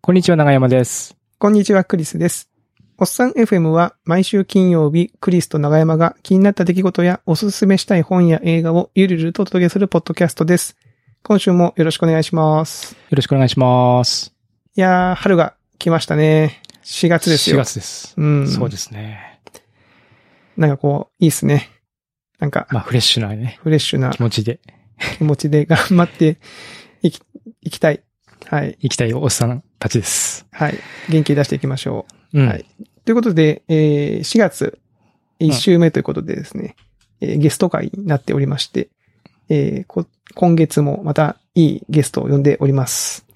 こんにちは、長山です。こんにちは、クリスです。おっさん FM は毎週金曜日、クリスと長山が気になった出来事やおすすめしたい本や映画をゆるゆるとお届けするポッドキャストです。今週もよろしくお願いします。よろしくお願いします。いやー、春が来ましたね。4月ですよ。 4月です。うん。そうですね。なんかこう、いいっすね。なんか、まあ、フレッシュなね、フレッシュな気持ちで気持ちで頑張っていき、いきたい。はい。行きたいおっさんたちです。はい。元気出していきましょう。うん。はいということで、えー4月1週目ということでですね、えーゲスト会になっておりまして、えーこ今月もまたいいゲストを呼んでおります。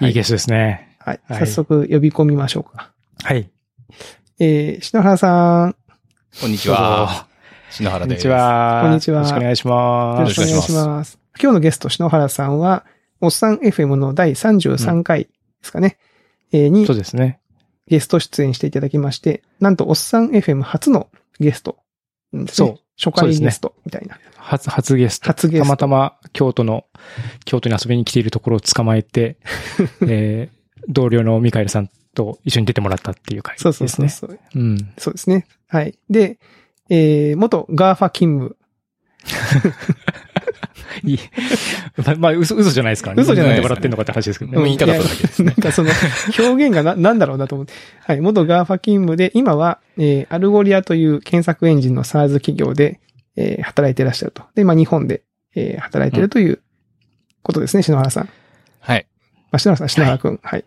いいゲストですね。はい。はい早速呼び込みましょうか。はい。えー篠原さん、こんにちどうはぞ。篠こ原んにです。ちは。こんにちはよろしくお願いします。よろしくお願いしよろしくお願ます。今日のゲスト、篠原さんは、おっさん FM の第33回ですかね、えーにそうですね。ゲスト出演していただきまして、なんとおっさん FM 初のゲストなんですね、初そうで回すねゲストみたいな。初、初ゲスト。初ゲストたまたま京都の、京都に遊びに来ているところを捕まえ て、えー、同僚のミカエルさんと一緒に出てもらったっていう回ですそうね。そうそうそう。うん。そうですね。はい。で、えー、元ガーファ勤務。いい。 ままあ、嘘、嘘じゃないですからね。嘘じゃないんでです笑ってんのかって話ですけどね。でも言いたかっただけですねいやなんかその、表現がな、 なんだろうなと思って。はい。元ガーファ勤務で、今は、えー、アルゴリアという検索エンジンの SARS 企業で、えー、働いていらっしゃると。で、まあ、日本で、えー、働いているということですね、篠原さん。まはい。あ、篠原さん、篠原くん。はい。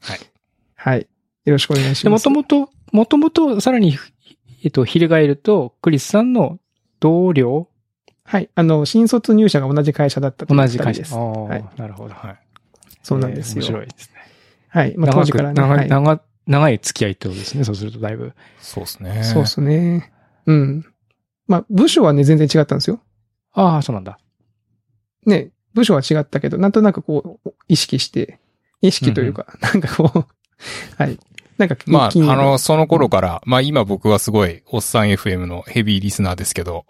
はい。はい。よろしくお願いしで、まもす。ともと、もともと、さらに、えっと、翻ると、クリスさんの同僚はい。あの、新卒入社が同じ会社だったという同じ会二人社で。ですす。あーはいなるほど。はい。そうなんですえーよ。面白いですね。はい。まあ、当長時くからね。は長いい、長い、長い付き合いってことですね。そうすると、だいぶ。そうですね。そうですね。うん。まあ、部署はね、全然違ったんですよ。ああ、そうなんだ。ね、部署は違ったけど、なんとなくこう、意識して、意識というか、なんかこう、 はい。なんか気に、まあ、あ気になるの、、その頃から、まあ今僕はすごい、おっさん FM のヘビーリスナーですけど、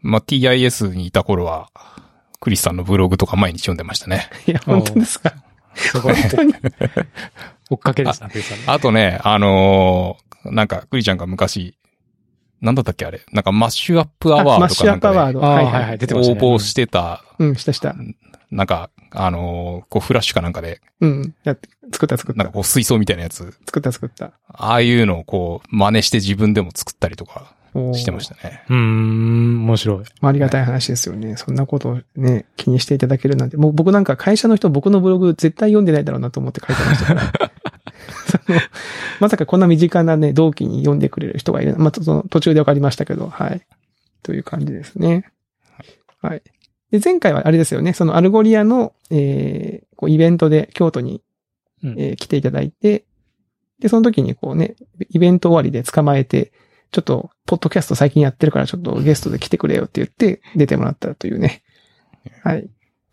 まあ TIS にいた頃は、クリスさんのブログとか毎日読んでましたね。いや、本当ですか。すご本い。当 に。追っかけですね、クリスさんね。あとね、あのーなんか、クリちゃんが昔、なんだったっけあれ、なんかマッシュアップアあマワッードシかュなアッんプアかで、ワード。あはいはいは。はいい出てました応ね募してた、うん、したした。なんか、あのーこうフラッシュかなんかで、うん。やって、作った作っなんたか。こう水槽みたいなやつ、作った作った。ああいうのをこう真似して自分でも作ったりとかおーしてましたね。うーん、面白い。まあ、ありがたい話ですよね。そんなことをね、気にしていただけるなんて。もう僕なんか会社の人、僕のブログ絶対読んでないだろうなと思って書いて ましたからそのまさかこんな身近なね、同期に読んでくれる人がいる。まあ、ちょっと途中でわかりましたけど、はい。という感じですね。はい。で、前回はあれですよね、そのアルゴリアの、えー、こうイベントで京都に、うんえー来ていただいて、で、その時にこうね、イベント終わりで捕まえて、ちょっと、ポッドキャスト最近やってるから、ちょっとゲストで来てくれよって言って、出てもらったというね、はい、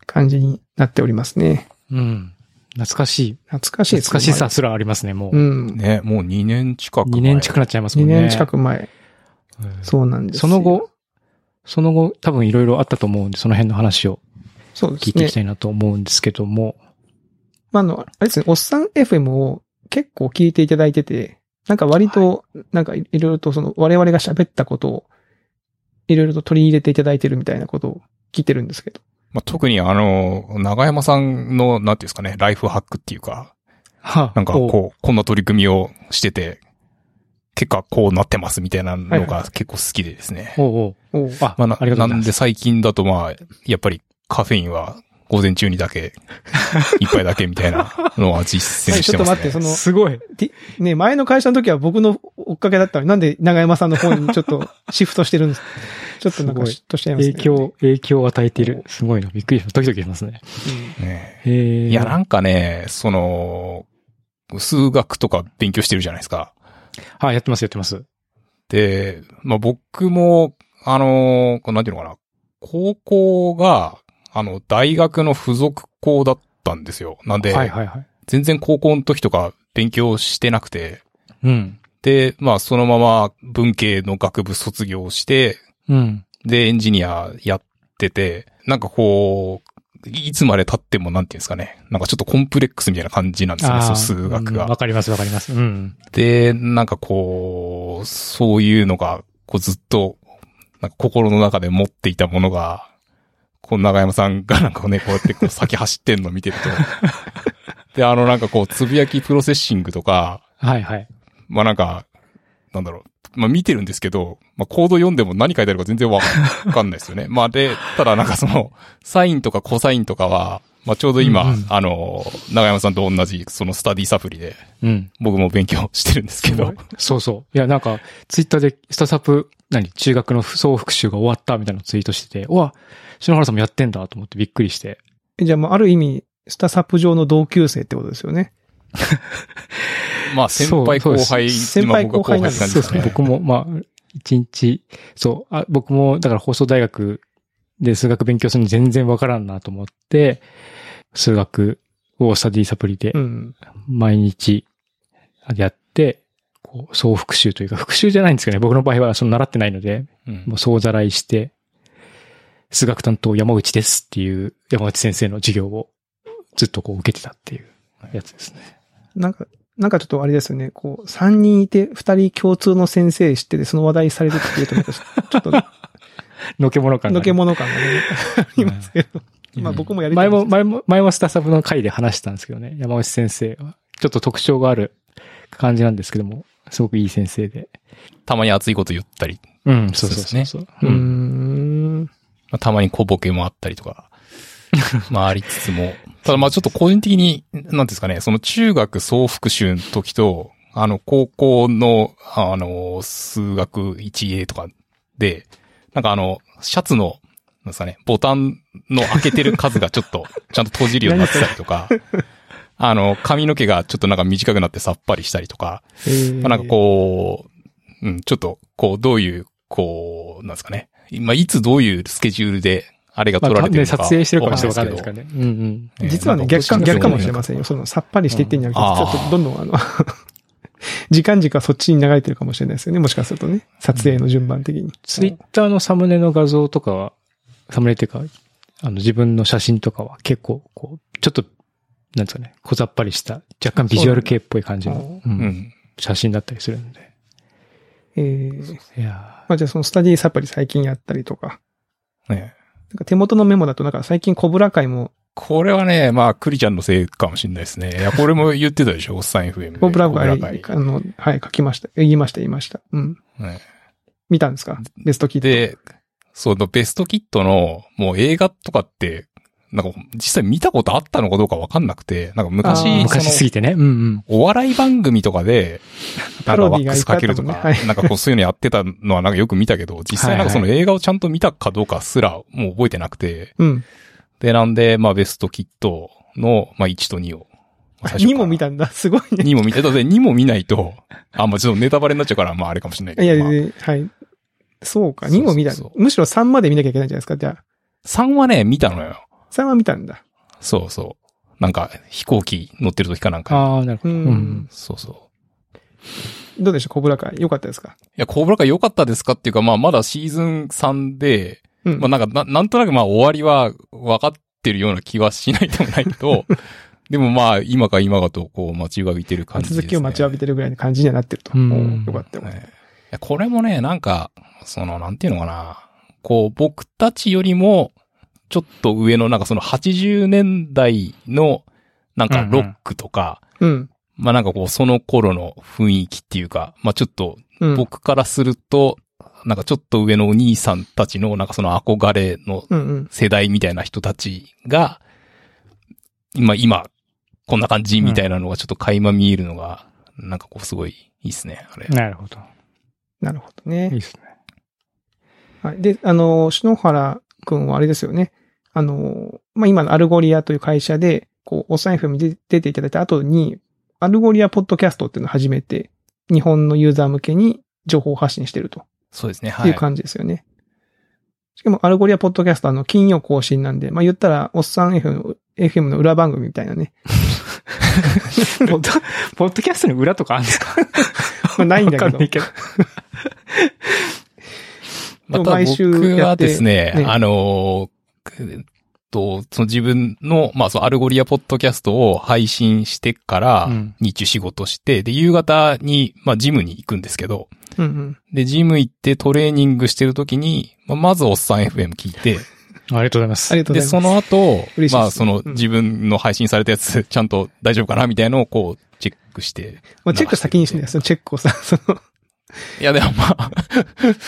感じになっておりますね。うん。懐かしい。懐かしいです懐かしさ。すらありますね、もうう。ん。ね、もう2年近く前。 2年近くなっちゃいますも2んね。年近く前。うんそうなんですよその、後、その後、多分いろいろあったと思うんで、その辺の話をそう聞いですていねき。たいなと思うんですけども。まあ、あの、あれですね、おっさん FM を結構聞いていただいてて、なんか割と、なんかいろいろとその、我々が喋ったことを、いろいろと取り入れていただいてるみたいなことを聞いてるんですけど。まあ、特にあの、長山さんの、なんていうんですかね、ライフハックっていうか、はなんかこう、こんな取り組みをしてて、結果こうなってますみたいなはいのはが結構好きでですね。おうおうおうあ、まあ、ありがとうござないなんます。で最近だとまあ、やっぱりカフェインは午前中にだけ、一杯だけみたいなのは実践してますね。はいちょっと待ってそのすごい。ね、前の会社の時は僕の追っかけだったのに、なんで長山さんの方にちょっとシフトしてるんですかちょっとなんすかごい嫉妬しちゃいますね。影響、影響を与えている。すごいな。びっくりします。ドキドキしますね。ねへーいや、なんかね、その、数学とか勉強してるじゃないですか。はい、やってます、やってます。で、まあ、僕も、あの、こうなんていうのかな、高校が、あの、大学の附属校だったんですよ。なんで、はい、はい、はい。全然高校の時とか勉強してなくて、うん。で、まあ、そのまま文系の学部卒業して、うん。で、エンジニアやってて、なんかこう、いつまで経ってもなんていうんですかね。なんかちょっとコンプレックスみたいな感じなんですよね、あそうー数学がうんわ、。かりますわかります。うん。で、なんかこう、そういうのが、こうずっと、なんか心の中で持っていたものが、こう長山さんがなんかね、こうやってこう先走ってんの見てる と。で、あのなんかこう、つぶやきプロセッシングとか、はいはい。まあなんか、なんだろう。まあ見てるんですけど、まあコード読んでも何書いてあるか全然わかんないです よね。まあで、ただなんかその、サインとかコサインとかは、まあちょうど今、うんうんあの、長山さんと同じ、そのスタディサプリで、うん。僕も勉強してるんですけど、そうそう。いや、なんか、ツイッターで、スタサプ、何中学の総復習が終わったみたいなのツイートしてて、うわ、篠原さんもやってんだと思ってびっくりして。えじゃあ、まあ、ある意味、スタサプ上の同級生ってことですよね。まあ先輩そ後うそう輩、です今僕が後輩って感じなんでそうすそかう、ね。僕も、まあ、一日、そう、あ僕も、だから放送大学で数学勉強するの全然わからんなと思って、数学をスタディサプリでうん。毎日やって、こう、総復習というか、復習じゃないんですけどね、僕の場合はその習ってないので、うんもう総ざらいして、数学担当山内ですっていう山内先生の授業をずっとこう受けてたっていうやつですね。なんか、なんかちょっとあれですよね。こう、3人いて、2人共通の先生知ってて、その話題されてきてると、なんかちょっと、のけもの感がのね、け者感がね、ありますけど。うんまあ、僕もやりた前いんですも、前も、前もスタサブの回で話したんですけどね、山内先生は。ちょっと特徴がある感じなんですけども、すごくいい先生で。たまに熱いこと言ったり、うん、そうそうそうそう。うーうんん。まあたまに小ボケもあったりとか、まあありつつも、ただまあちょっと個人的に、なんですかね、その中学総復習の時と、あの、高校の、あの、数学 1A とかで、なんかあの、シャツの、なんですかね、ボタンの開けてる数がちょっと、ちゃんと閉じるようになってたりとか、あの、髪の毛がちょっとなんか短くなってさっぱりしたりとか、えーまあ、なんかこう、うん、ちょっと、こう、どういう、こう、なんですかね。今、いつどういうスケジュールで、あれがまあ取られてるのか、撮影してるかもしれないですかわかんらね。うんうん。ないですけ実はどね、逆か、逆かもしれませせん。んよ。その、さっぱりしていってんじゃなくて、うんちょっとどんどんあの、 時間軸はそっちに流れてるかもしれないですよね。もしかするとね。撮影の順番的に。ツイッターのサムネの画像とかは、サムネっていうか、あの自分の写真とかは結構、こう、ちょっと、なんですかね、小ざっぱりした、若干ビジュアル系っぽい感じの、ううんん。写真だったりするんで。えーいやまあ、じゃあそのスタディサプリ最近やったりとか。ねなんか手元のメモだと、なんか最近コブラ会も、これはね、まあ、クリちゃんのせいかもしれないですね。いや、これも言ってたで しょ、おっさん FM で。コブラ会、小倉あの、はい、書きました。言いました、言いました。うん。ね見たんですかベストキット。で、そのベストキットの、もう映画とかって、なんか、実際見たことあったのかどうかわかんなくて、なんかあ昔、ーーその昔すぎてね。うんうん。お笑い番組と かで、なパんかロデワィッがいっクスぱいあかっけたもんねるとか、なんかこうそういうのやってたのはなんかよく見たけど、実際なんかその映画をちゃんと見たかどうかすらもう覚えてなくて、うん。で、なんで、まあベストキットの、まあ1と2を。まあ最初から2も見たんだ。 すごいね。 ?2 も見た。だって2も見ないと、あ、まあちょっとネタバレになっちゃうから、まああれかもしれないけいど。や、まあではい。そうか、そうそう2そうも見た。むしろ3まで見なきゃいけないんじゃないですか、じゃ3はね、見たのよ。あ。3は見たんだ。そうそう。なんか飛行機乗ってる時かなんか。ああ、なるほうど。うんん。。そうそう。どうでしょう、コブラ会。よかったですかいや、コブラカ良かったですかっていうか、まあまだシーズン3で、うん まあなんかな、なんとなくまあ終わりは分かってるような気はしないでもないけ ど、でもまあ今か今かとこう待ちわびてる感じです、ね。続きを待ちわびてるぐらいの感じにはなってると。うんおうよかったよかった。ねいやこれもね、なんか、その、なんていうのかな。こう、僕たちよりも、ちょっと上の、なんかその80年代の、なんかロックとか、うん。まあなんかこう、その頃の雰囲気っていうか、まあちょっとうん。僕からすると、なんかちょっと上のお兄さんたちの、なんかその憧れのうんうん。世代みたいな人たちが、今、今、こんな感じみたいなのがちょっと垣間見えるのが、なんかこうすごいいいっすね、あれ。なるほど。なるほどいいね。ですね。はい。で、あの、篠原くんはあれですよね。あの、まあ、今のアルゴリアという会社で、こう、おさん FM に出出ていただいた後に、アルゴリアポッドキャストっていうのを始めて、日本のユーザー向けに情報発信してると。そうですね、っはてい。いう感じですよね。しかも、アルゴリアポッドキャストはあの、金曜更新なんで、まあ、言ったら、おっさん FM, FM の裏番組みたいなね。ポッド、ポッドキャストの裏とかあるんです かまあ、ないんだけわかどんないけど。でまあもただ毎週僕やはってですね、ねあのー、くと、その自分の、まあそのアルゴリアポッドキャストを配信してからうん、日中仕事して、で、夕方に、まあジムに行くんですけど、うんうん。で、ジム行ってトレーニングしてる時に、まあ、まずおっさん FM 聞いて、ありがとうございます。ありがとうごで、ざいます。その後嬉しいで、すまあそのうん自分の配信されたやつ、ちゃんと大丈夫かなみたいのをこう、チェックして。まあ、チェック先にしてね、そのチェックをさ、 その、いや、でもまあ、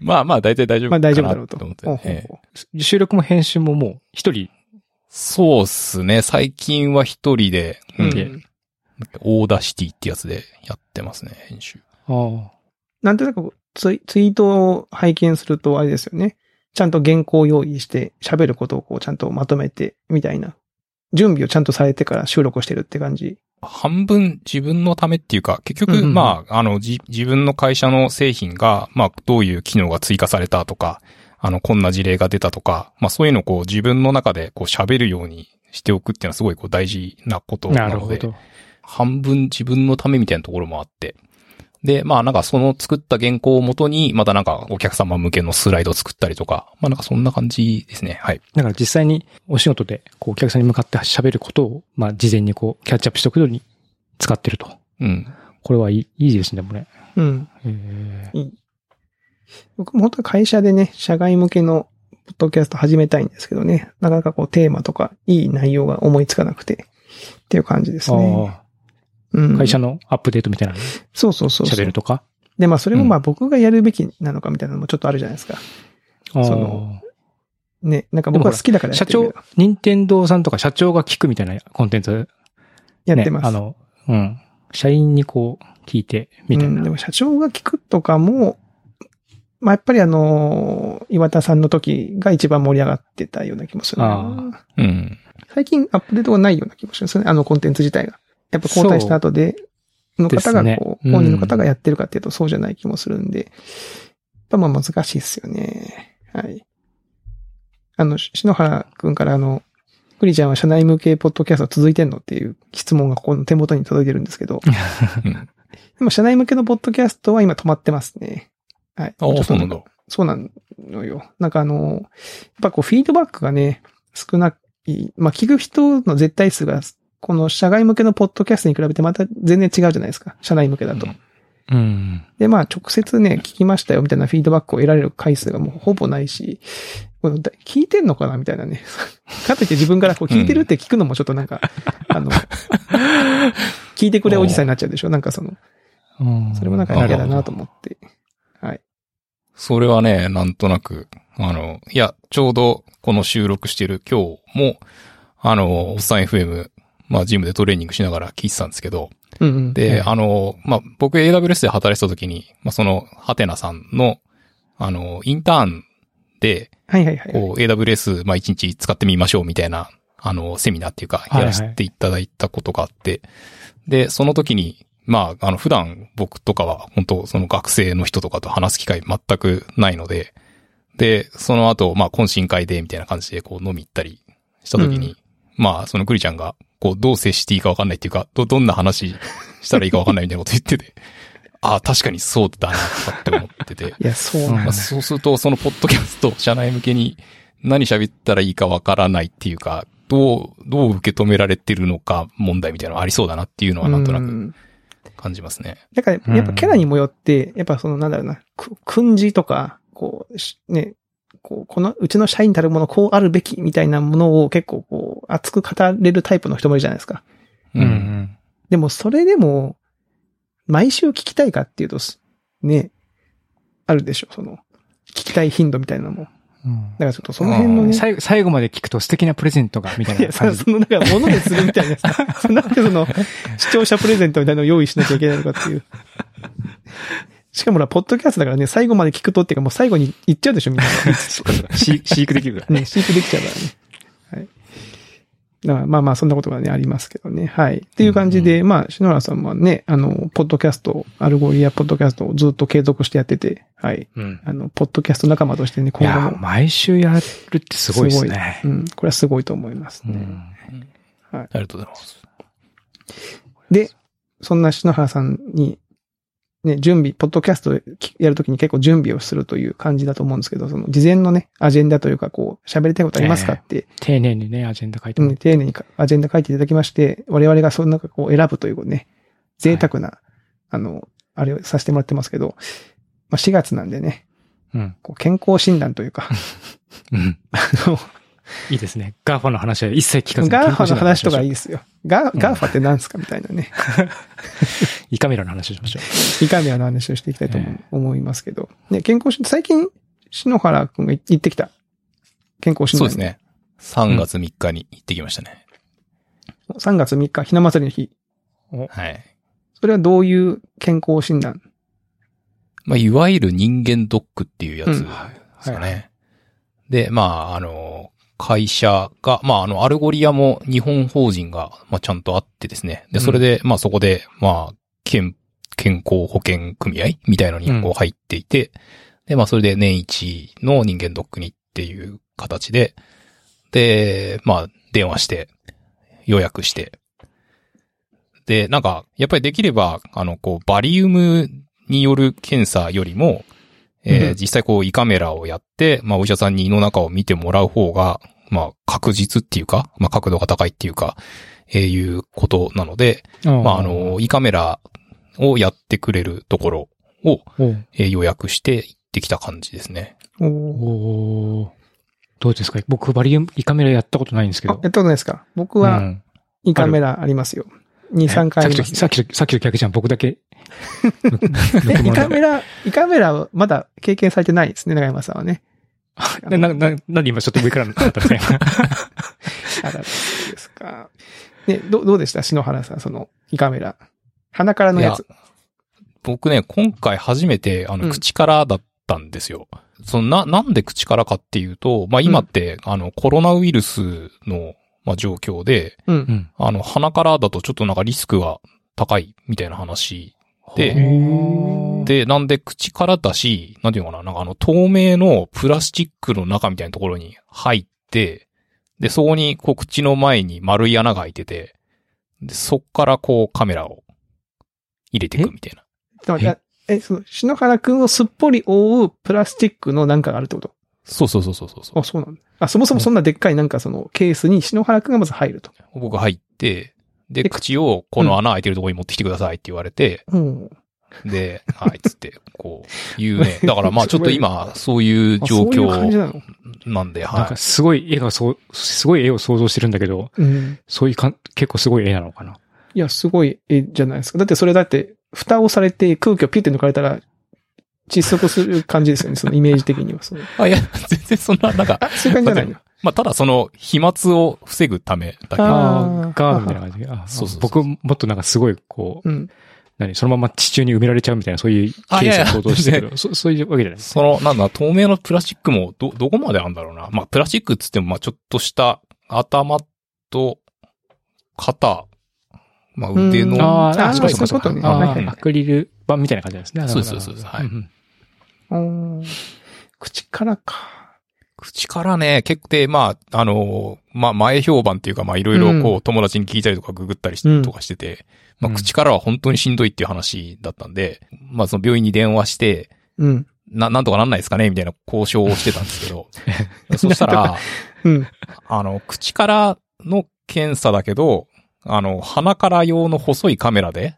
まあまあ大体大丈夫まかあ大なと丈夫思だって。ろうと。ほうほうええほう収録も編集ももう一人そうっすね。最近は一人で、ううんでん。オーダーシティってやつでやってますね、編集。あなんとなくツイ、ツイートを拝見すると、あれですよね。ちゃんと原稿を用意して、喋ることをこう、ちゃんとまとめて、みたいな。準備をちゃんとされてから収録をしてるって感じ。半分自分のためっていうか、結うんうん局、うんまあ、あの、じ、自分の会社の製品が、まあ、どういう機能が追加されたとか、あの、こんな事例が出たとか、まあ、そういうのをこう、自分の中でこう、喋るようにしておくっていうのはすごいこう、大事なことあ、ななので。るほど。半分自分のためみたいなところもあって。で、まあなんかその作った原稿をもとに、またなんかお客様向けのスライドを作ったりとか、まあなんかそんな感じですね。はい。だから実際にお仕事でこうお客さんに向かって喋ることを、まあ事前にこうキャッチアップしておくのに使ってると。うん。これはいい、いいですね、これ。うん。え僕も本当は会社でね、社外向けのポッドキャスト始めたいんですけどね、なかなかこうテーマとかいい内容が思いつかなくて、っていう感じですーね。あうん、あ、会社のアップデートみたいなのをそうそうそうそう。喋るとか。で、まあそれもまあ僕がやるべきなのかみたいなのもちょっとあるじゃないですか。あそあのね、なんか僕は好きだからや社ってるけど長、任天堂さんとか社長が聞くみたいなコンテンツ、やってます。ねあの、うん。社員にこう聞いて、みたいうんな。でも社長が聞くとかも、まあやっぱりあの、岩田さんの時が一番盛り上がってたような気もするな。うん。最近アップデートがないような気もしますね。あのコンテンツ自体が。やっぱ交代した後で、の方がですねこう、うん本人の方がやってるかっていうとそうじゃない気もするんで、やっぱまあ難しいですよね。はい。あの、し篠原くんからあの、クリちゃんは社内向けポッドキャスト続いてんのっていう質問がここの手元に届いてるんですけど、うんでも社内向けのポッドキャストは今止まってますね。はい。あちょあ、っとそうなんだ。そうなのよ。なんかあの、やっぱこうフィードバックがね、少ない、まあ聞く人の絶対数が、この社外向けのポッドキャストに比べてまた全然違うじゃないですか。社内向けだと。うんうん。で、まあ直接ね、聞きましたよみたいなフィードバックを得られる回数がもうほぼないし、これだ聞いてんのかなみたいなね。 かといって自分からこう聞いてるって聞くのもちょっと なんか、あの、聞いてくれおじさんになっちゃうでしょなんかその、うんそれもなんか嫌だなと思って。それはね、なんとなく、あの、いや、ちょうどこの収録してる今日も、あの、おっさん FM、まあジムでトレーニングしながら聞いてたんですけど、うんうん。で、うんあの、まあ、僕 AWS で働いてた時に、まあ、その、ハテナさんの、あの、インターンで、はいはいはい。こう、AWS、まあ、1日使ってみましょうみたいな、あの、セミナーっていうか、いはいやらせていただいたことがあって、で、その時に、まあ、あの、普段僕とかは、本当その学生の人とかと話す機会全くないので、で、その後、まあ、懇親会で、みたいな感じで、こう、飲み行ったりした時に、うまあ、そのグリちゃんが、こう、どう接していいかわかんないっていうか、ど、どんな話したらいいかわかんないみたいなこと言ってて、 ああ、確かにそうだな、とかって思ってて。いや、そうなうんでまあ、んそうすると、そのポッドキャスト、社内向けに何喋ったらいいかわからないっていうか、どう、どう受け止められてるのか問題みたいなのありそうだなっていうのはなんとなうくん感じますね。だから、やっぱキャラにもよって、やっぱその、なんだろうな、く訓示とか、こう、しね、こう、この、うちの社員たるもの、こうあるべきみたいなものを結構こう、熱く語れるタイプの人もいるじゃないですか。うんうん。でも、それでも、毎週聞きたいかっていうと、すね、あるでしょ、その、聞きたい頻度みたいなのも。だうんからちょっとその辺のうんね、最後最後まで聞くと素敵なプレゼントが、みたいいなや、そ 感じ。その、なんか、物でするみたいなさ。 そんなんでその、視聴者プレゼントみたいなのを用意しなきゃいけないのかっていう。しかもほら、ポッドキャストだからね、最後まで聞くとっていうか、もう最後に言っちゃうでしょ、み んし飼育できるから な。ね、飼育できちゃうからね。はい。だから、まあまあ、そんなことがね、ありますけどね。はい。っていう感じで、まあ、篠原さんはね、あの、ポッドキャスト、アルゴリアポッドキャストをずっと継続してやってて、はい。うん。あの、ポッドキャスト仲間としてね、い今後や、も。毎週やるってすごいですねう。ん。これはすごいと思いますね。うんありがとうございます。で、そんな篠原さんに、ね、準備、ポッドキャストきやるときに結構準備をするという感じだと思うんですけど、その事前のね、アジェンダというか、こう、喋りたいことありますかって、丁寧にね、アジェンダ書いてうもらん、丁寧にかアジェンダ書いていただきまして、我々がその中こう選ぶというね、贅沢な、あの、あれをさせてもらってますけど、まあ、4月なんでね、うん。こう健康診断という か、うん。あのいいですね。ガーファの話は一切聞かずにガーファの話とかいいい。ですよ。ガー、んガーファって何すかみたいなね。イカメラの話をしましょイカメラの話をしていきたいと思,、え思いますけど。ね、健康診断、最近、篠原くんが行ってきた。健康診そう断。です。ね。3月3日に行ってきましたね。 3月3日、ひな祭りの日。はい。それはどういう健康診断まあ、いわゆる人間ドックっていうやつうでんすかね。で、まあ、あの、会社が、まあ、あの、アルゴリアも日本法人が、まあ、ちゃんとあってですね。で、それで、まあ、そこで、まあ、健、健康保険組合みたいなのにこう入っていて、で、まあ、それで年一の人間ドックにっていう形で、で、まあ、電話して、予約して。で、なんか、やっぱりできれば、あの、こう、バリウムによる検査よりも、えーうん実際こう、胃カメラをやって、まあ、お医者さんに胃の中を見てもらう方が、まあ、確実っていうか、まあ、角度が高いっていうか、えーいうことなので、う。まあ、あの、胃カメラをやってくれるところを、おうえー予約して行ってきた感じですね。おおーうどうですか僕、バリウム、イカメラやったことないんですけあ、やどっ。たことないですか僕うは、んイカメラありますよ。2、3さ回あっりきまと、す。さっきと、さっきと逆じゃん。僕だ け。え、イイカメラ、イカメラはまだ経験されてないですね、長山さんはね。な、な、な、なんで今ちょっと上からなったん ですかあら、そうですか。ね、ど、どうでした篠原さん、その、イカメラ。鼻からのやつ。僕ね、今回初めて、あうの、ん口からだったんですよ。そのな、なんで口からかっていうと、まあ今って、あの、コロナウイルスの、まあ状況で、うんう。ん。あの、鼻からだとちょっとなんかリスクが高いみたいな話へで、ーで、で、なんで口からだし、なんていうのかな、なんかあの、透明のプラスチックの中みたいなところに入って、で、そこに、こう、口の前に丸い穴が開いてて、で、そっからこう、カメラを入れていくみたいな。ちょっと待ってえ、その、篠原くんをすっぽり覆うプラスチックのなんかがあるってことそうそうそうそうそうそうあ、。そうなんだ。あ、そもそもそんなでっかいなんかそのケースに篠原くんがまず入ると。僕入って、で、で口をこの穴開いてるところに持ってきてくださいって言われて、うん。で、はい、つって、こう、言う ね。だからまあちょっと今、そういうあ状そういう感じ況なのなんで、なんはかすごい絵がそう、すごい絵を想像してるんだけど、うん。そういうかん、結構すごい絵なのかな。いや、すごい絵じゃないですか。だってそれだって、蓋をされて空気をピュって抜かれたら、窒息する感じですよね、そのイメージ的には。そのい。あ、いや、全然そんな、なんか、あ、そういう感じじゃないの。まあただその、飛沫を防ぐためだけ。ああーあーガーみたいな感じで。あそうそうそう僕もっとなんかすごいこう、うん。何、そのまま地中に埋められちゃうみたいな、そういうケあーいやいスやを想像してるけど、そそういうわけじゃないです。その、なんだ、透明のプラスチックも、ど、どこまであるんだろうな。まあ、プラスチックっつっても、まあ、ちょっとした頭と、肩、まあ、腕うんの、あーあーそうかそういうことね。 あーはあいはいーはいアクリル板みたいな感じなんですね。そうですそうですはいんんうん口からか。口からね、結構で、まあ、あの、まあ、前評判っていうか、まあ、いろいろこう、友達に聞いたりとか、ググったりしうんとかしてて、まうあ、ん口からは本当にしんどいっていう話だったんで、まあ、その病院に電話して、うん。な、なんとかなんないですかねみたいな交渉をしてたんです けど、そしたなんら、うん。あの、口からの検査だけど、あの、鼻から用の細いカメラで、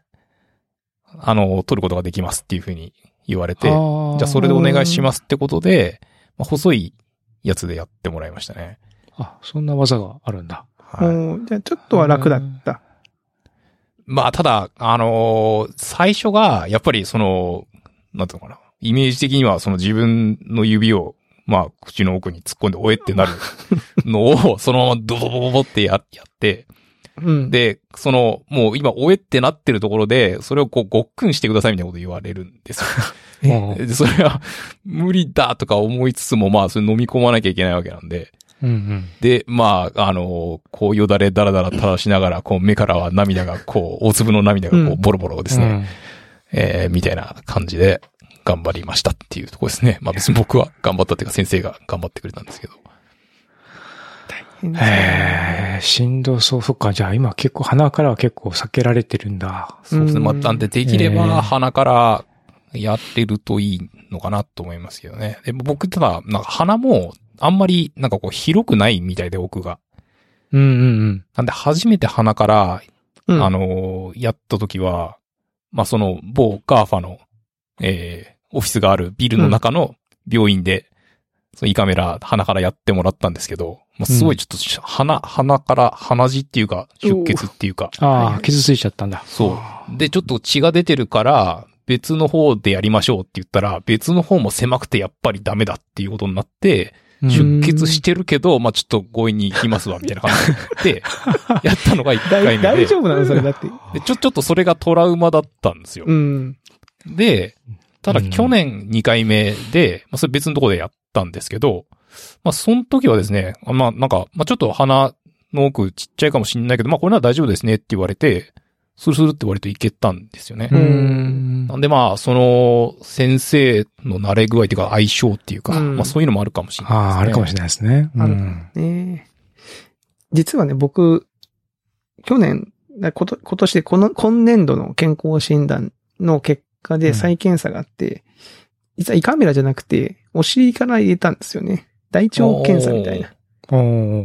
あの、撮ることができますっていうふうに言われて、じゃあそれでお願いしますってことで、まあ、細いやつでやってもらいましたね。あ、そんな技があるんだ。はい。うんじゃあちょっとは楽だった。まあ、ただ、あのー最初が、やっぱりその、なんていうのかな。イメージ的には、その自分の指を、まあ、口の奥に突っ込んで、おえって なるのを、そのままドボボボボってややって、うん。で、その、もう今、おえってなってるところで、それをこう、ごっくんしてくださいみたいなこと言われるんですよ。え うんで、それは、無理だとか思いつつも、まあ、それ飲み込まなきゃいけないわけなんで、うんうん。で、まあ、あの、こうよだれだらだら垂らしながら、こう目からは涙が、こう、大粒の涙がうこんう、ボロボロですね、えーみたいな感じで頑張りましたっていうところですね。まあ別に僕は頑張ったっていうか先生が頑張ってくれたんですけど。大う変ん。だへえ、しんどそう。そっか、じゃあ今結構鼻からは結構避けられてるんだ。そうですね。まあ、なんでできれえーば鼻からやってるといいのかなと思いますけどね。で僕、ただ、なんか鼻も、あんまり、なんかこう、広くないみたいで、奥が。うんうんうん。なんで、初めて鼻から、うん。あのーやった時は、まあ、その、某ガーファの、えーオフィスがあるビルの中の病院で、その胃カメラ、鼻からやってもらったんですけど、まあ、すごいちょっとし、鼻、鼻から、鼻血っていうか、出血っていうか、はいあはあ、い傷ついちゃったんだ。そう。で、ちょっと血が出てるから、別の方でやりましょうって言ったら、別の方も狭くてやっぱりダメだっていうことになって、うん出血してるけど、まあちょっと強引に行きますわ、みたいな感 じで、やったのが一回目大で。大丈夫なのそれだって。でちょ、ちょっとそれがトラウマだったんですよう。ん。で、ただ去年2回目で、まあそれ別のところでやったんですけど、まあその時はですね、あまあなんか、まあちょっと鼻の奥ちっちゃいかもしんないけど、まあこれなら大丈夫ですねって言われて、スルスルって割といけたんですよね。ううんん。なんでまあ、その、先生の慣れ具合っていうか、相性っていうか、うんまあそういうのもあるかもしれないです、あね。あ、あるかもしれないですね。うあるん。ねえ実はね、僕、去年、だこと今年でこの、今年度の健康診断の結果うでん再検査があって、実は胃カメラじゃなくて、お尻から入れたんですよね。大腸検査みたいなお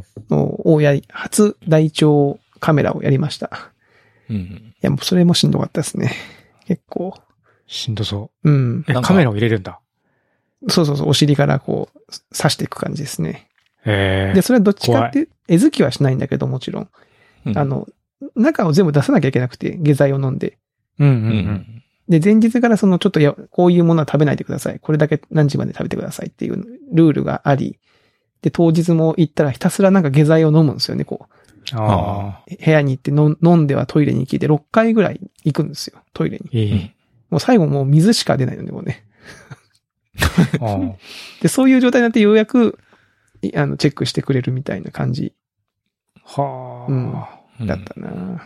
ーのをやり、初大腸カメラをやりました。うん。いや、もうそれもしんどかったですね。結構。しんどそうん。う。え、なんかカメラを入れるんだ。そうそうそう、お尻からこう、刺していく感じですね。ええで、。それはどっちかって、絵付きはしないんだけど、もちろん。うんあ、の、中を全部出さなきゃいけなくて、下剤を飲んで。うんううんうん。ん。で、前日からその、ちょっとや、こういうものは食べないでください。これだけ何時まで食べてくださいっていうルールがあり。で、当日も行ったらひたすらなんか下剤を飲むんですよね、こう。ああ。部屋に行っての飲んではトイレに行きで、6回ぐらい行くんですよ、トイレに。いい。もう最後もう水しか出ないので、もうね。あーで、そういう状態になってようやく、いあの、チェックしてくれるみたいな感じはうんあ。うんだったな、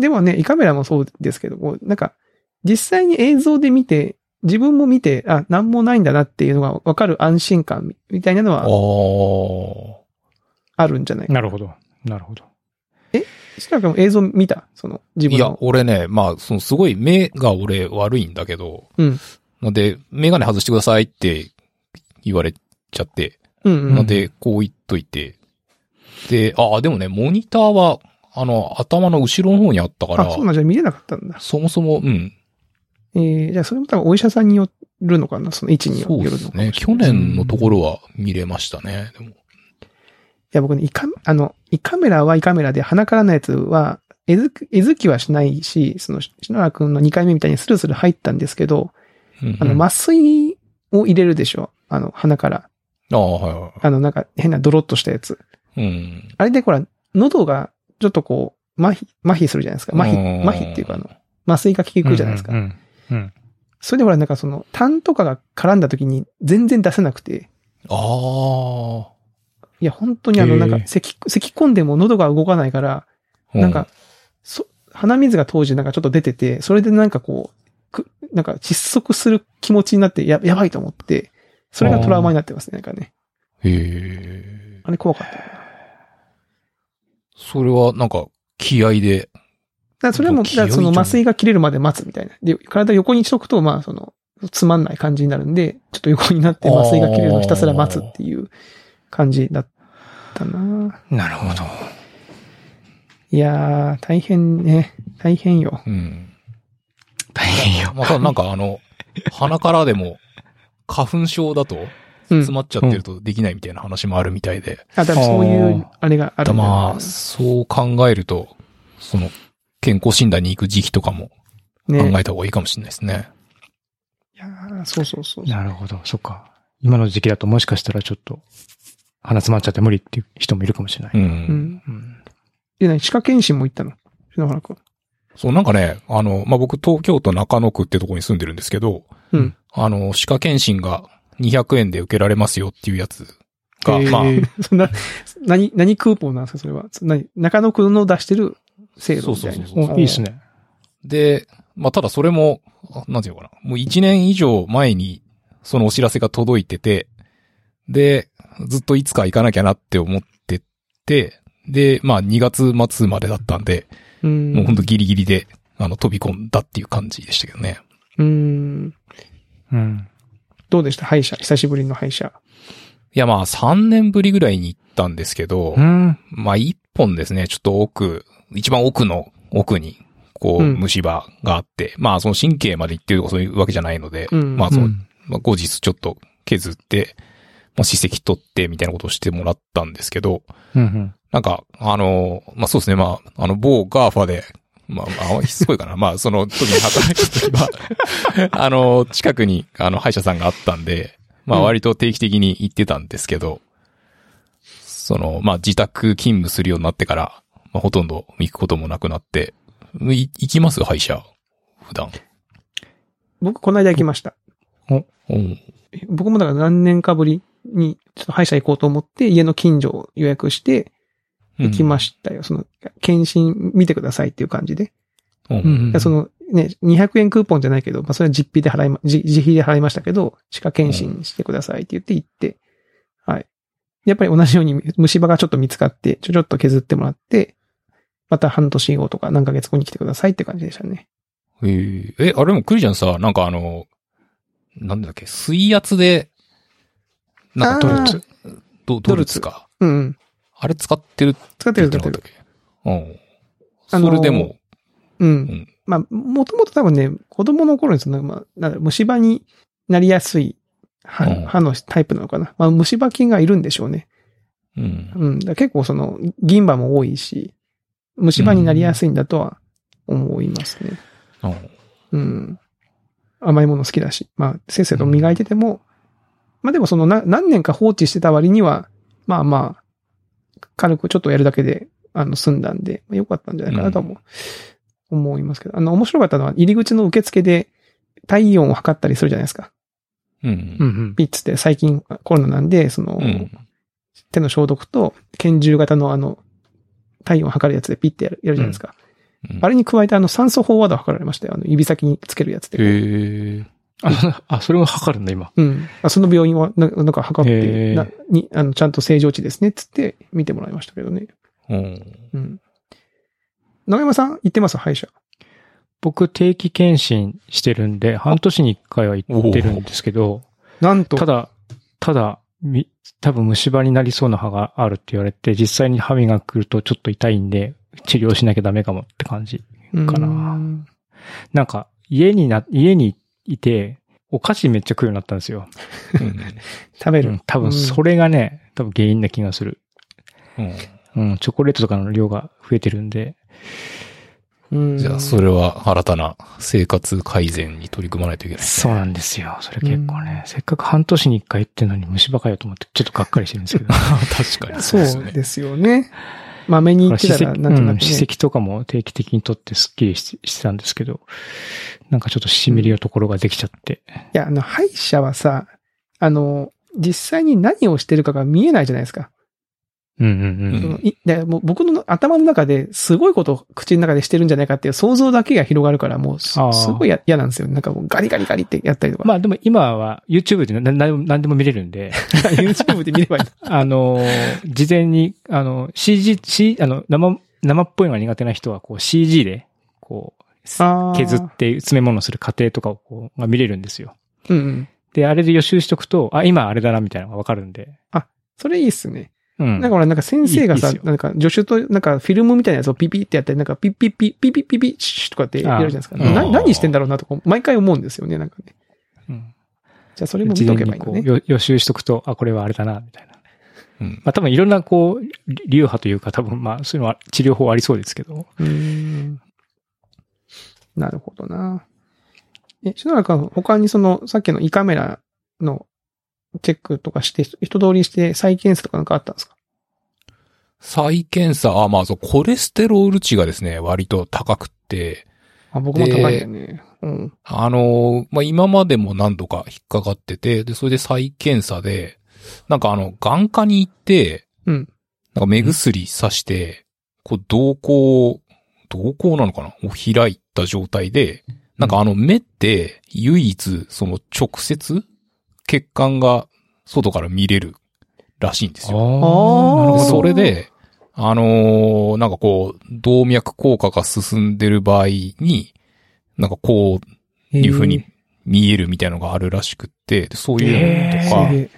でもね、胃カメラもそうですけど、こうなんか、実際に映像で見て、自分も見て、あ、なんもないんだなっていうのがわかる安心感みみたいなのああ。はあるんじゃないか。なるほど。なるほど。しかも映像見たその、自い分やの、。俺ね、まあ、そのすごい目が俺悪いんだけど、うん。なんで、メガネ外してくださいって言われちゃって、うんうななんん。で、こう言っといて、で、ああ、でもね、モニターは、あの、頭の後ろの方にあったからあ、、そうなんじゃ見れなかったんだ。そもそも、うん、えー、じゃあそれも多分お医者さんによるのかなその位置によそうるでのかもしすれないね。去年のところは見れましたね。でもいや、僕ね、イカ、あの、胃カメラは胃カメラで、鼻からのやつは、絵づき、絵づきはしないし、その、篠原くんの2回目みたいにスルスル入ったんですけど、うんあの、うん麻酔を入れるでしょあの、鼻から。ああ、はいはあの、なんか変なドロッとしたやつ。い。うん。あれで、ほら、喉がちょっとこう、麻痺、麻痺するじゃないですか。麻うん痺、麻痺っていうか、あの、麻酔が効くじゃないですか。うんうんうん。それでほら、なんかその、痰とかが絡んだ時に全然出せなくて、ああ。いや、本当にあの、なんかへえ、咳、咳込んでも喉が動かないから、うなんか、、そ、鼻水が当時なんかちょっと出てて、それでなんかこう、くなんか窒息する気持ちになってや、やばいと思って、それがトラウマになってますね、なんかね。へえ。あれ怖かった。だかそれは、なんか、気合で。らそれはもう、ちょだかっと清いらそとの思う麻酔が切れるまで待つみたいな。で、体を横にしとくと、まあ、その、つまんない感じになるんで、ちょっと横になって麻酔が切れるのをひたすら待つっていう感じだったななるほど。いやー、大変ね。大変よ。うん。大変よ。まあ、ただなんか、あの、鼻からでも、花粉症だと、うん。詰まっちゃってるとできないみたいな話もあるみたいで。あ、多分そういう、あれがあたるだんだろうまあ、そう考えると、その、健康診断に行く時期とかもな考ね。えた方がいいかもしれないですね。いやーそうそうそう。なるほど。そっか。今の時期だともしかしたらちょっと、鼻詰まっちゃって無理っていう人もいるかもしれなうい。ん。うん。うん。え、なに、歯科検診も行ったの篠原くん。そう、なんかね、あの、まあ、僕、東京都中野区ってとこに住んでるんですけど、うんあの、歯科検診が200円で受けられますよっていうやつが、へーま あ、そんな、何、何クーポンなんですか、それは。そ何、中野くんの出してる制度みたいな。そうそうそうお、いいっすね。で、まあ、ただそれも、あなんていうのかな、もう1年以上前に、そのお知らせが届いてて、で、ずっといつか行かなきゃなって思ってて、で、まあ、2月末までだったんで、うん。もうほんとギリギリで、あの、飛び込んだっていう感じでしたけどね。うん。うん。どうでした歯医者。久しぶりの歯医者。いやまあ3年ぶりぐらいに行ったんですけど、うん。まあ1本ですね、ちょっと奥、一番奥の奥に、こううん虫歯があって、まあその神経まで行ってるとかそういうわけじゃないので、うんまあうその、ん。まあ、後日ちょっと削って、まあ歯石取ってみたいなことをしてもらったんですけど、うん。なんか、あの、まあ、そうですね、まあ、あの、某ガーファで、まあ、まあ、しつこいかな。まあ、その時に働いてた時は、 あの、近くに、あの、歯医者さんがあったんで、まあ、うん割と定期的に行ってたんですけど、その、まあ、自宅勤務するようになってから、まあ、ほとんど行くこともなくなって、い行きます歯医者普段。僕、この間行きました。うん。僕もだから何年かぶりに、ちょっと歯医者行こうと思って、家の近所を予約して、行きましたよ。その、検診見てくださいっていう感じで。た。う。うんんいやその、ね、200円クーポンじゃないけど、まあ、それは実費で払いま、自自費で払いましたけど、歯科検診してくださいって言って行って、はい。やっぱり同じように虫歯がちょっと見つかって、ちょちょっと削ってもらって、また半年後とか何ヶ月後に来てくださいって感じでしたね。えーえ、あれもクリちゃんさ、なんかあの、なんだっけ、水圧で、なんかドルツ、ドドルツか。うんうん。あれ使ってるって使って言るって使なっかてったるっ。けうあん。のそーれでも、ううんん。まあ、もともと多分ね、子供の頃にその、まあ、なんだろう虫歯になりやすい歯うん歯のタイプなのかな。まあ、虫歯菌がいるんでしょうね。うん。うん。だから結構その、銀歯も多いし、虫歯になりやすいんだとは思いますね。うんうん。甘いもの好きだし。まあ、せっせと磨いてても、まあでもそのな、何年か放置してた割には、まあまあ、軽くちょっとやるだけで、あの、済んだんで、まあ、よかったんじゃないかなとも、思いますけど。あの、面白かったのは、入り口の受付で、体温を測ったりするじゃないですか。う。うんん。ピッツって最近コロナなんで、その、うん。手の消毒と、拳銃型のあの、体温を測るやつでピッてやるやるじゃないですか。あれれに加えてあの酸素飽和度を測られましたよ。あの指先につけるやつで。へえ。あ、あそれも測るんだ、今。うん。あその病院はななんか測ってへ、ーなにあのちゃんと正常値ですねっつって見てもらいましたけどね。うん。うん。長山さん行ってます歯医者。僕、定期検診してるんで、半年に一回は行ってるんですけど、なんと。ただ、ただ、み多分虫歯になりそうな歯があるって言われて、実際に歯磨くとちょっと痛いんで、治療しなきゃダメかもって感じ。うん、かななんか、家にな、家にいて、お菓子めっちゃ食うようになったんですよ。食べうる。ん、多分それ。れがね、多分原因な気がする。うんうん、チョコレートとかの量が増えてるんで、うんじゃあ、それは新たな生活改善に取り組まないといけない。そうなんですよ。それ結構ね、せっかく半年に一回行ってんのに虫歯かよと思って、ちょっとがっかりしてるんですけど。 確かにそそううですよね。ですよね。まめに行ってたら、なんとなく、ね。歯石とかも定期的に取ってスッキリしてしてたんですけど、なんかちょっとしみりのところができちゃって。いや、あの、歯医者はさ、あの、実際に何をしてるかが見えないじゃないですか。うんうんうん。そのいでもう僕の頭の中ですごいことを口の中でしてるんじゃないかっていう想像だけが広がるから、もうすあーすごいや嫌なんですよ。なんかもうガリガリガリってやったりとか。まあでも今は YouTube でなな何でも見れるん で、 YouTube で見ればいいの。あのー、事前に、あの、CG、C、あの、生、生っぽいのが苦手な人は、こう CG で、こう、あー削って詰め物をする過程とかをこう、が見れるんですよ。うんうん。で、あれで予習しとくと、あ、今あれだなみたいなのがわかるんで。それいいっすね。うん。なんかほら、なんか先生がいさいいいっ、すよなんか助手と、なんかフィルムみたいなやつをピピってやったり、なんかピッピッピッピッピッピッピッシュッとかってやるじゃないですか。あーなうん何してんだろうなとか、毎回思うんですよね、なんかね。うんじゃあそれも事見と前けばいにいのこねう。よ予習しとくと、あ、これはあれだな、みたいな。うんまあ多分いろんなこう、り流派というか多分まあそういうのは治療法ありそうですけど。うーんなるほどな。え、篠原君、他にその、さっきの胃カメラのチェックとかして、ひ一通りして再検査とかなんかあったんですか再検査、あ、まあそう、コレステロール値がですね、割と高くって、あ僕も高いんだよね。うん。あのー、まあ、今までも何度か引っかかってて、で、それで再検査で、なんかあの、眼科に行って、うん。なんか目薬さして、こう、瞳孔を、瞳孔なのかなを開いた状態で、なんかあの、目って、唯一、その、直接、血管が外から見れるらしいんですよ。ーなるほどそれで、あのーなんかこう、動脈硬化が進んでる場合に、なんかこう、いいうふうに、見えるみたいなのがあるらしくって、でそういうのとか、え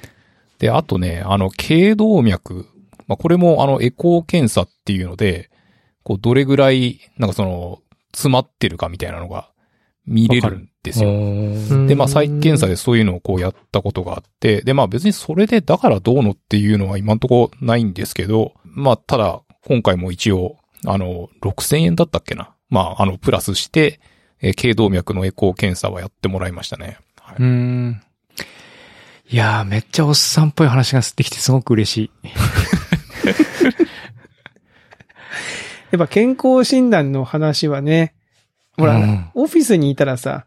で、あとね、あの、頸動脈。まあ、これも、あの、エコー検査っていうので、こう、どれぐらい、なんかその、詰まってるかみたいなのが見れるんですよ。うんで、まあ、再検査で。でそういうのをこうやったことがあって、で、まあ、別にそれでだからどうのっていうのは今んとこないんですけど、まあ、ただ、今回も一応、あの、6000円だったっけな。まあ、あの、プラスして、えー頸動脈のエコー検査はやってもらいましたね。はいうん。いやー、めっちゃおっさんっぽい話ができてすごく嬉しい。やっぱ健康診断の話はね、ほら、うんオフィスにいたらさ、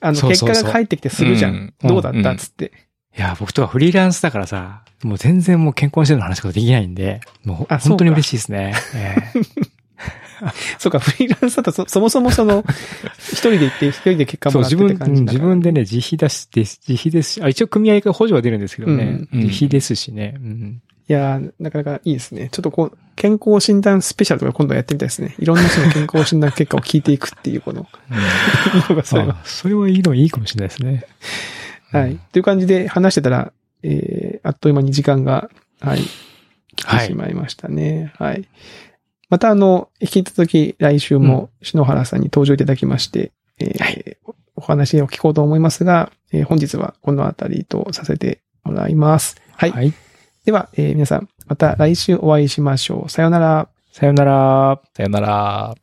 あの、そう結そうそう果が返ってきてするじゃん。うんどうだったっつって。いやー、僕とかフリーランスだからさ、もう全然もう健康してるの話とかできないんで、もうあそ本うか当に嬉しいです ね。ええそうか、フリーランスだとそ、そもそもその、一人で行って、一人で結果そもう、らって自分、うって感んじだから自分でね、自費だし、です自費ですし、あ、一応組合が補助は出るんですけどね、うん自費ですしね。うんいやー、なかなかいいですね。ちょっとこう、健康診断スペシャルとか今度やってみたいですね。いろんな人の健康診断結果を聞いていくっていう、この、 のがそれは。あそれはいいの、いいかもしれないですね。はい。という感じで話してたら、えー、あっという間に時間が、はい、来てしまいましたね。はい。また、あの、引き続き来週も篠原さんに登場いただきまして、えーおお話を聞こうと思いますが、えー本日はこのあたりとさせてもらいます。はい。はい。では、えー皆さん、また来週お会いしましょう。さようなら。さよなら。さよなら。